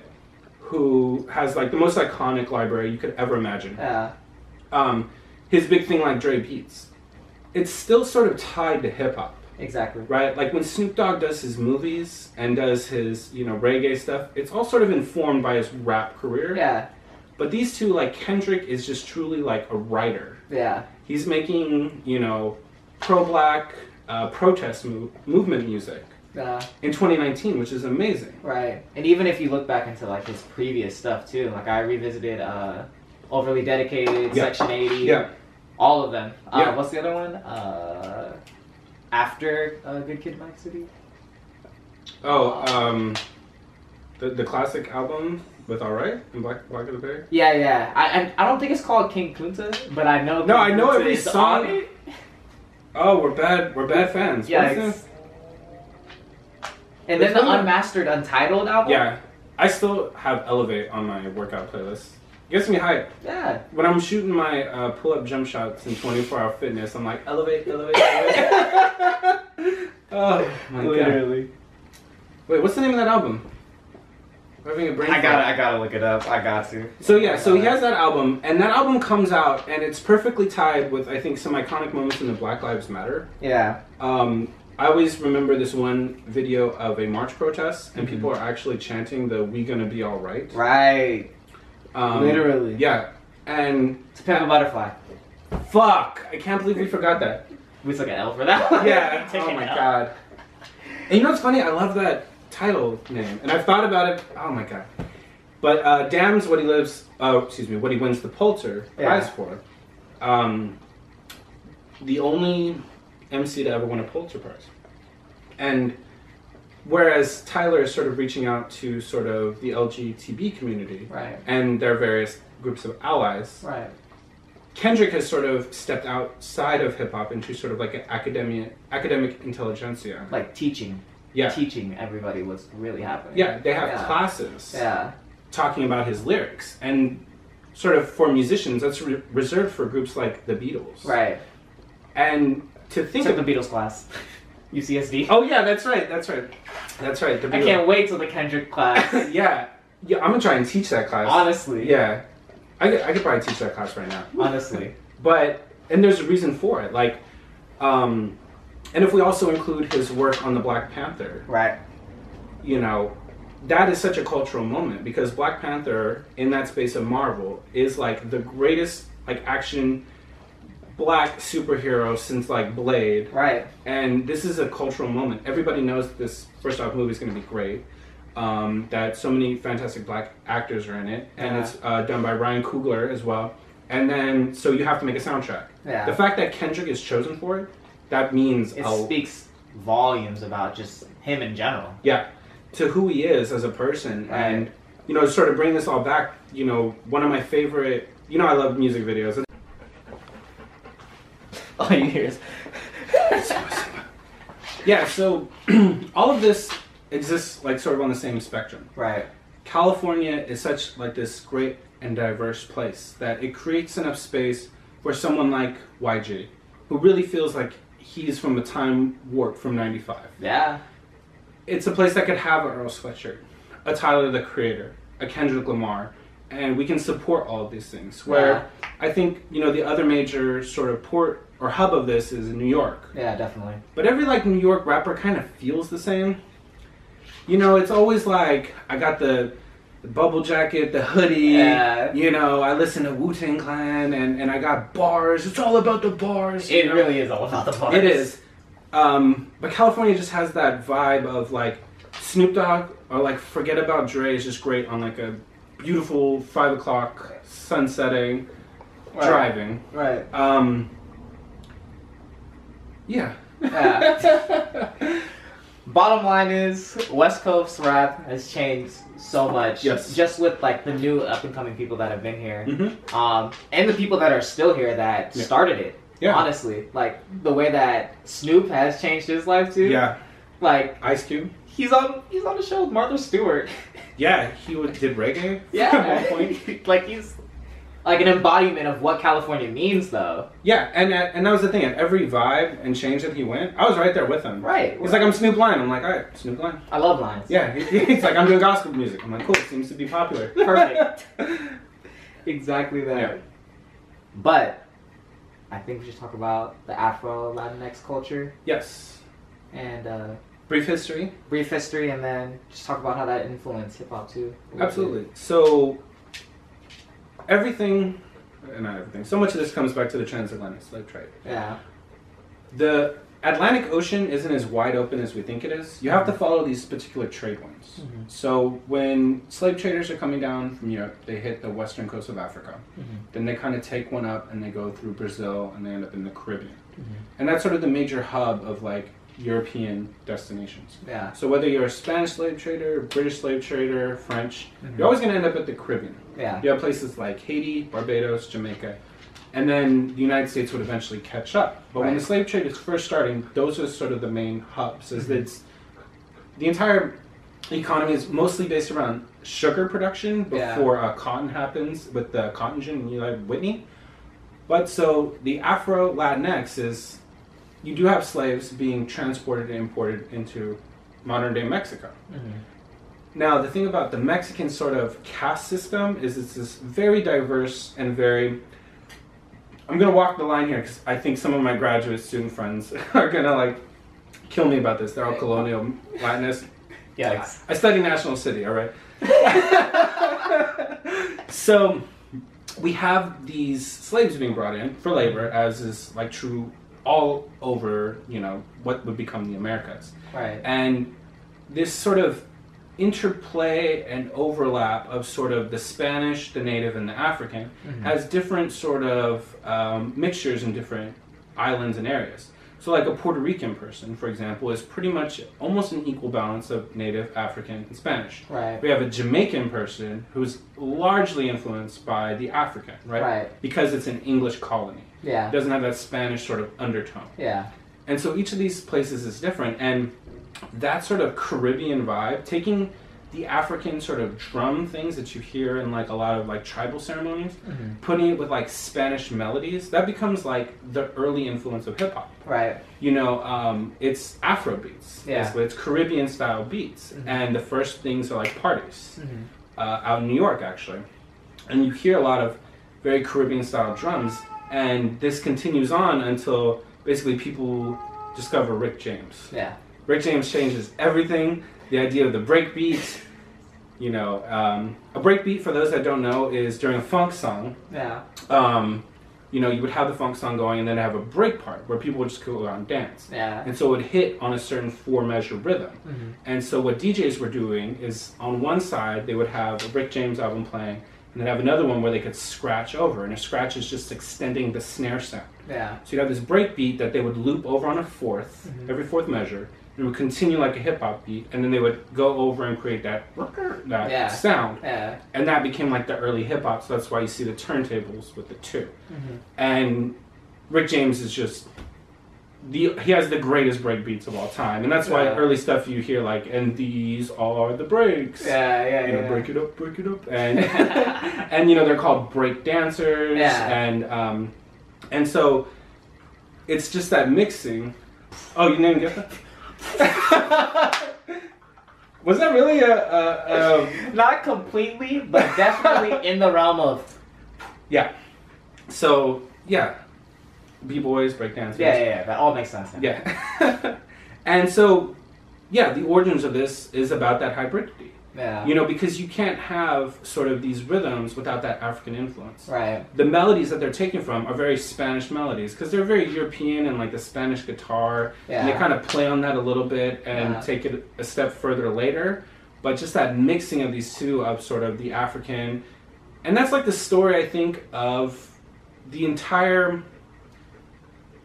S3: who has like the most iconic library you could ever imagine
S1: Yeah.
S3: um, his big thing like Dre Beats. it's still sort of tied to hip hop,
S1: Exactly.
S3: right? Like when Snoop Dogg does his movies and does his you know reggae stuff, it's all sort of informed by his rap career.
S1: Yeah.
S3: But these two, like Kendrick, is just truly like a writer.
S1: Yeah.
S3: He's making you know pro-black uh, protest move, movement music
S1: Uh,
S3: in 2019, which is amazing.
S1: Right. And even if you look back into like his previous stuff too, like I revisited uh Overly Dedicated,
S3: Yeah.
S1: Section 80,
S3: Yeah,
S1: all of them. Uh,
S3: Yeah.
S1: What's the other one? Uh, after uh, Good Kid, Mike City?
S3: Oh, um, the, the classic album with All Right and Black Black of the Bay.
S1: Yeah, yeah. I, I I don't think it's called King Kunta, but I know.
S3: No, I know
S1: Kunta
S3: every
S1: is
S3: song.
S1: on it.
S3: Oh, we're bad. We're bad fans.
S1: Yeah.
S3: What's
S1: it's-
S3: this?
S1: And then
S3: There's
S1: the
S3: one-
S1: Unmastered Untitled album.
S3: Yeah. I still have Elevate on my workout playlist. Gets me hype.
S1: Yeah.
S3: When I'm shooting my uh, pull-up jump shots in 24-hour fitness, I'm like, elevate, elevate, elevate. oh my god! Wait, what's the name of that album? We're having a brain
S1: I
S3: fart.
S1: gotta I gotta look it up. I got to.
S3: So yeah, so he has that album, and that album comes out, and it's perfectly tied with I think some iconic moments in the Black Lives Matter.
S1: Yeah.
S3: Um, I always remember this one video of a march protest, and people are actually chanting the "We gonna be all right."
S1: Mm-hmm. Right.
S3: Um,
S1: Literally.
S3: Yeah, and
S1: To Pimp a Butterfly.
S3: fuck, I can't believe we forgot that.
S1: We took an L for that one.
S3: Yeah.
S1: Take
S3: oh
S1: an
S3: my
S1: L.
S3: god. And you know what's funny? I love that title name, and I've thought about it. Oh my god. But uh, Dam's what he lives. Uh, excuse me, what he wins the Pulitzer
S1: Yeah.
S3: Prize for. Um, the only MC to ever win a Pulitzer Prize, and whereas Tyler is sort of reaching out to sort of the LGTB community
S1: Right.
S3: and their various groups of allies,
S1: Right.
S3: Kendrick has sort of stepped outside of hip hop into sort of like an academic academic intelligentsia.
S1: Like teaching.
S3: Yeah.
S1: Teaching everybody what's really happening.
S3: Yeah, they have
S1: Yeah.
S3: classes
S1: Yeah.
S3: talking about his lyrics and sort of for musicians that's re- reserved for groups like the Beatles.
S1: Right.
S3: And to think
S1: Took
S3: of
S1: the Beatles class. UCSD.
S3: Oh yeah, that's right. That's right. That's right. The
S1: I
S3: Beatles.
S1: can't wait till the Kendrick class.
S3: yeah. Yeah, I'm going to try and teach that class.
S1: honestly.
S3: Yeah. I could, I could probably teach that class right now.
S1: Honestly.
S3: but and there's a reason for it like um and if we also include his work on the black panther
S1: Right.
S3: you know that is such a cultural moment because black panther in that space of marvel is like the greatest like action black superhero since like blade
S1: Right.
S3: and this is a cultural moment everybody knows that this first off movie is going to be great um, that so many fantastic black actors are in it and
S1: Yeah.
S3: it's uh, done by ryan kugler as well and then so you have to make a soundtrack
S1: Yeah.
S3: the fact that Kendrick is chosen for it, that means
S1: it
S3: a-
S1: speaks volumes about just him in general.
S3: yeah to who he is as a person,
S1: Right.
S3: and you know, to sort of bring this all back. You know, one of my favorite. You know, I love music videos.
S1: All you hear is
S3: Yeah, so all of this exists like sort of on the same spectrum.
S1: Right.
S3: California is such like this great and diverse place that it creates enough space for someone like YG, who really feels like he's from a time warp from '95.
S1: Yeah.
S3: it's a place that could have an Earl Sweatshirt, a Tyler the Creator, a Kendrick Lamar, and we can support all of these things. Where I think you know the other major sort of port or hub of this is New York,
S1: Yeah, definitely.
S3: but every like New York rapper kind of feels the same. You know, it's always like I got the, the bubble jacket, the hoodie.
S1: Yeah.
S3: You know, I listen to Wu Tang Clan, and and I got bars. It's all about the bars. you
S1: It
S3: know?
S1: really is all about the bars.
S3: It is. Um, but California just has that vibe of like Snoop Dogg or like Forget About Dre is just great on like a beautiful five o'clock sun setting
S1: Right.
S3: driving.
S1: Right.
S3: Um, yeah.
S1: Yeah. Bottom line is West Coast rap has changed so much.
S3: Yes.
S1: Just with like the new up and coming people that have been here.
S3: Mhm.
S1: um, and the people that are still here that
S3: Yeah.
S1: started it.
S3: Yeah.
S1: Honestly, like the way that Snoop has changed his life too.
S3: Yeah.
S1: Like
S3: Ice Cube.
S1: he's on he's on the show with Martha Stewart.
S3: Yeah, he would, did reggae. At
S1: Yeah.
S3: one point.
S1: like he's like an embodiment of what California means, though.
S3: Yeah, and at, and that was the thing. At every vibe and change that he went, I was right there with him.
S1: Right.
S3: He's like, I'm Snoop Lion. I'm like, all right, Snoop Lion.
S1: I love lines.
S3: Yeah, he- he's like, I'm doing gospel music. I'm like, cool, seems to be popular.
S1: Perfect. Exactly that.
S3: Yeah.
S1: But I think we should talk about the Afro Latinx culture
S3: Yes.
S1: and uh,
S3: Brief history.
S1: brief history, and then just talk about how that influenced hip hop too. a little bit.
S3: Absolutely. So everything, and not everything. So much of this comes back to the transatlantic slave trade.
S1: Yeah.
S3: The Atlantic Ocean isn't as wide open as we think it is. You have to follow these particular trade lanes.
S1: Mhm.
S3: So when slave traders are coming down from Europe, they hit the western coast of Africa. Then they kind of take one up and they go through Brazil and they end up in the Caribbean. And that's sort of the major hub of like European destinations.
S1: Yeah.
S3: So whether you're a Spanish slave trader, British slave trader, French,
S1: Mhm.
S3: you're always going to end up at the Caribbean.
S1: Yeah.
S3: You have places like Haiti, Barbados, Jamaica, and then the United States would eventually catch up. But when the
S1: Right.
S3: slave trade is first starting, those are sort of the main hubs. Is
S1: Mm-hmm.
S3: that it's, the entire economy is mostly based around sugar production
S1: Yeah.
S3: before uh, cotton happens with the cotton gin and Eli Whitney. But so the Afro Latinx is, you do have slaves being transported and imported into modern day Mexico.
S1: Mm-hmm.
S3: Now, the thing about the Mexican sort of caste system is it's this very diverse and very. I'm gonna walk the line here because I think some of my graduate student friends are gonna like kill me about this. They're all colonial Latinists.
S1: Yikes.
S3: I study National City, all right? so we have these slaves being brought in for labor, as is like true all over, you know, what would become the Americas
S1: Right.
S3: and this sort of interplay and overlap of sort of the Spanish, the Native, and the African has different sort of um, mixtures in different islands and areas. So, like a Puerto Rican person, for example, is pretty much almost an equal balance of Native, African, and Spanish.
S1: Right.
S3: We have a Jamaican person who's largely influenced by the African, right?
S1: Right.
S3: Because it's an English colony. It
S1: Yeah.
S3: doesn't have that Spanish sort of undertone.
S1: Yeah.
S3: And so each of these places is different. And that sort of Caribbean vibe, taking the African sort of drum things that you hear in like a lot of like tribal ceremonies,
S1: Mhm.
S3: putting it with like Spanish melodies, that becomes like the early influence of hip hop.
S1: Right.
S3: You know, um, it's Afro beats.
S1: Yeah.
S3: Basically. It's Caribbean style beats. And the first things are like parties
S1: Mhm.
S3: uh, out in New York, actually. And you hear a lot of very Caribbean style drums, and this continues on until basically people discover Rick James.
S1: Yeah.
S3: Rick James changes everything the idea of the breakbeat. You know, um, a breakbeat, for those that don't know, is during a funk song,
S1: Yeah.
S3: um, you know, you would have the funk song going and then have a break part where people would just go around and dance.
S1: Yeah.
S3: And so it would hit on a certain four measure rhythm.
S1: Mhm.
S3: And so what DJs were doing is on one side they would have a Rick James album playing, and then have another one where they could scratch over, and a scratch is just extending the snare sound.
S1: Yeah.
S3: So you'd have this break beat that they would loop over on a 4th every fourth measure, and it would continue like a hip hop beat, and then they would go over and create that that
S1: Yeah.
S3: sound
S1: Yeah.
S3: and that became like the early hip hop. So that's why you see the turntables with the 2
S1: Mhm.
S3: And Rick James is just the he has the greatest break beats of all time, and that's why
S1: Yeah.
S3: early stuff you hear like, and these are the breaks.
S1: Yeah. Yeah.
S3: You know,
S1: Yeah.
S3: break it up, break it up, and and you know they're called break dancers,
S1: Yeah.
S3: and um, and so it's just that mixing. Oh, you didn't get that. Was that really a, a, a
S1: Not completely, but definitely in the realm of
S3: Yeah. So yeah, b boys, breakdancers.
S1: yeah, yeah, yeah. That all makes sense. Now.
S3: Yeah. and so yeah, the origins of this is about that hybridity.
S1: Yeah.
S3: You know, because you can't have sort of these rhythms without that African influence.
S1: Right.
S3: The melodies that they're taken from are very Spanish melodies because they're very European and like the Spanish guitar, and they
S1: Yeah.
S3: kind of play on that a little bit and
S1: Yeah.
S3: take it a step further later. But just that mixing of these two of sort of the African, and that's like the story I think of the entire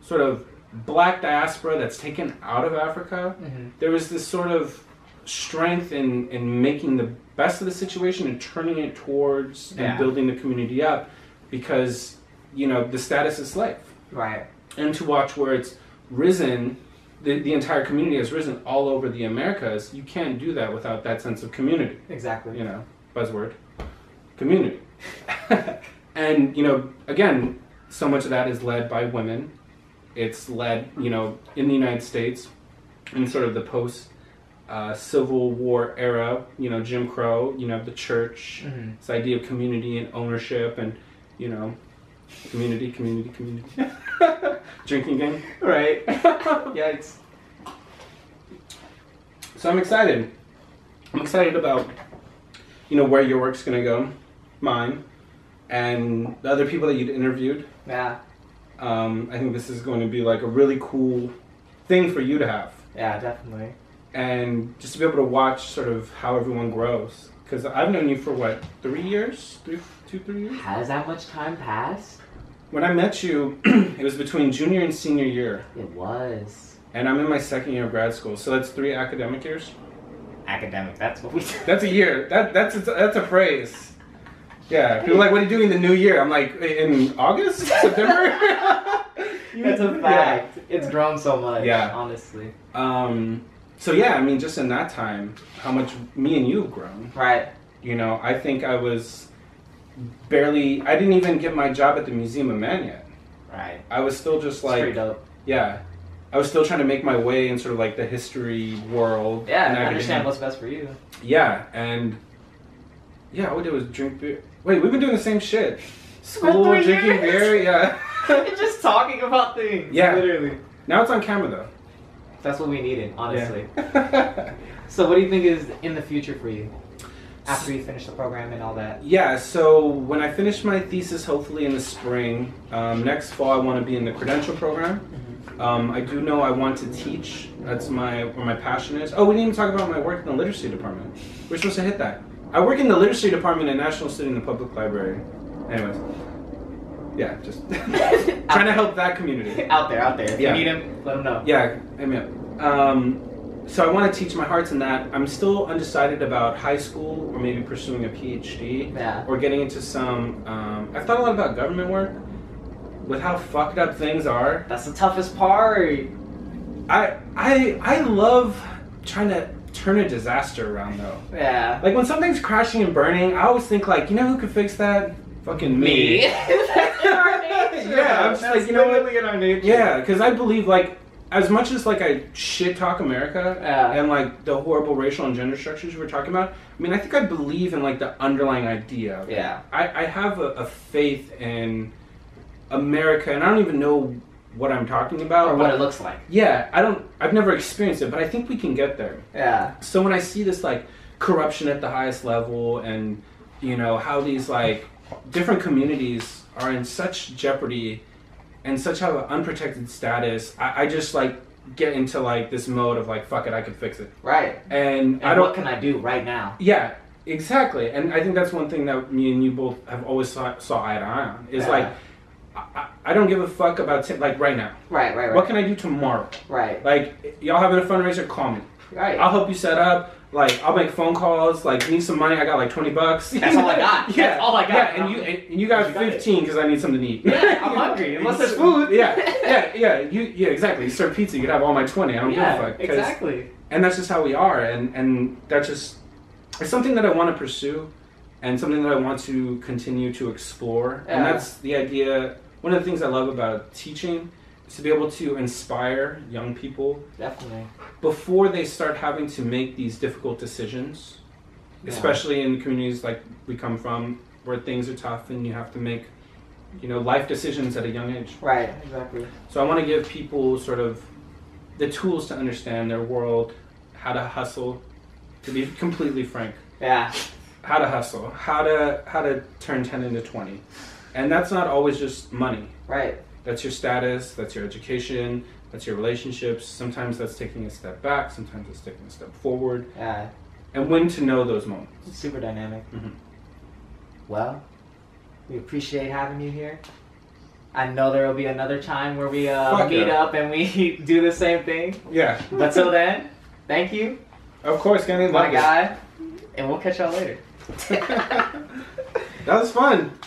S3: sort of black diaspora that's taken out of Africa.
S1: Mhm.
S3: There was this sort of strength in, in making the best of the situation and turning it towards
S1: Yeah.
S3: and building the community up because, you know, the status is slave.
S1: Right.
S3: And to watch where it's risen, the, the entire community has risen all over the Americas, you can't do that without that sense of community
S1: Exactly.
S3: you know, buzzword, community. and, you know, again, so much of that is led by women. It's led, you know, in the United States in sort of the post uh, Civil War era, you know, Jim Crow, you know, the church,
S1: Mhm.
S3: this idea of community and ownership and, you know, Community, community, community. Drinking game.
S1: Right. Yikes.
S3: So I'm excited. I'm excited about, you know, where your work's gonna go, mine, and the other people that you'd interviewed.
S1: Yeah.
S3: Um, I think this is going to be like a really cool thing for you to have,
S1: Yeah, definitely.
S3: and just to be able to watch sort of how everyone grows. Because I've known you for what three years, three, two, three years.
S1: Has that much time passed?
S3: When I met you, it was between junior and senior year,
S1: It was.
S3: and I'm in my second year of grad school, so that's three academic years.
S1: Academic, that's what we do.
S3: That's a year. That that's a, that's a phrase. Yeah, people are like, what are you doing the new year? I'm like, in August, September.
S1: It's a
S3: Yeah.
S1: fact. It's grown so much,
S3: Yeah.
S1: honestly.
S3: Um, so yeah, I mean, just in that time, how much me and you have grown.
S1: Right.
S3: You know, I think I was barely. I didn't even get my job at the Museum of Man yet.
S1: Right.
S3: I was still just
S1: It's pretty
S3: like,
S1: dope.
S3: yeah, I was still trying to make my way in sort of like the history world.
S1: Yeah,
S3: and
S1: I understand
S3: academia.
S1: what's best for you.
S3: Yeah, and yeah, all we did was drink beer. Wait, we've been doing the same shit.
S1: For
S3: School,
S1: three
S3: drinking
S1: years.
S3: beer, yeah.
S1: just talking about things.
S3: Yeah.
S1: Literally.
S3: now it's on camera though.
S1: That's what we needed, honestly.
S3: Yeah.
S1: So, what do you think is in the future for you after you finish the program and all that?
S3: yeah, so when I finish my thesis, hopefully in the spring, um, next fall I want to be in the credential program.
S1: Mm-hmm.
S3: Um, I do know I want to teach. That's my where my passion is. Oh, we didn't even talk about my work in the literacy department. We're supposed to hit that. I work in the literacy department at National City in the Public Library. Anyways, yeah, just trying to help that community.
S1: Out there, out there. If
S3: Yeah.
S1: you need him, let him know.
S3: Yeah, I mean, um, so I want to teach my heart's in that. I'm still undecided about high school or maybe pursuing a PhD
S1: Yeah.
S3: or getting into some. Um, I've thought a lot about government work. With how fucked up things are,
S1: That's the toughest part.
S3: I I I love trying to turn a disaster around though.
S1: Yeah.
S3: Like when something's crashing and burning, I always think like, you know who could fix that? Fucking me.
S1: That's in our nature.
S3: Yeah, I'm just
S1: That's
S3: like, you know what?
S1: literally in our nature.
S3: Yeah, because I believe like as much as like I shit talk America
S1: Yeah.
S3: and like the horrible racial and gender structures we're talking about, I mean I think I believe in like the underlying idea. of it.
S1: Yeah.
S3: I, I have a, a faith in America and I don't even know what I'm talking about.
S1: Or what
S3: but-
S1: it looks like.
S3: yeah, I don't I've never experienced it, but I think we can get there.
S1: Yeah.
S3: So when I see this like corruption at the highest level and you know how these like different communities are in such jeopardy and such have an unprotected status, I, I just like get into like this mode of like fuck it, I can fix it.
S1: Right.
S3: And,
S1: And
S3: I don't
S1: what can I do right now?
S3: Yeah, exactly. And I think that's one thing that me and you both have always saw, saw eye to eye on is
S1: Yeah.
S3: like I, I- I don't give a fuck about t- like right now.
S1: Right, right, right.
S3: What can I do tomorrow?
S1: right.
S3: Like y'all having a fundraiser, call me.
S1: Right.
S3: I'll help you set up. Like I'll make phone calls. Like need some money. I got like twenty bucks.
S1: That's all I got.
S3: Yeah,
S1: That's all I got.
S3: Yeah, and you and you got
S1: You got it.
S3: fifteen because I need something to eat.
S1: Yeah, I'm hungry, unless there's food.
S3: Yeah, yeah, yeah. You yeah exactly. You serve pizza, you could have all my twenty. I don't give a
S1: yeah,
S3: fuck. 'cause-
S1: exactly.
S3: And that's just how we are, and and that's just it's something that I want to pursue, and something that I want to continue to explore. And
S1: Yeah.
S3: that's the idea. One of the things I love about teaching is to be able to inspire young people
S1: Definitely.
S3: before they start having to make these difficult decisions,
S1: Yeah.
S3: especially in communities like we come from where things are tough and you have to make, you know, life decisions at a young age.
S1: Right, exactly.
S3: So I want to give people sort of the tools to understand their world, how to hustle, to be completely frank,
S1: Yeah.
S3: how to hustle, how to how to turn 10 into 20. And that's not always just money.
S1: Right.
S3: That's your status, that's your education, that's your relationships. Sometimes that's taking a step back, sometimes it's taking a step forward
S1: Yeah.
S3: and when to know those moments.
S1: It's super dynamic.
S3: Mhm.
S1: Well, we appreciate having you here. I know there will be another time where we uh,
S3: Fuck
S1: meet
S3: yeah.
S1: up and we do the same thing.
S3: Yeah,
S1: But till then, thank you,
S3: of course, Kenny.
S1: my
S3: love it.
S1: guy, and we'll catch y'all later.
S3: that was fun.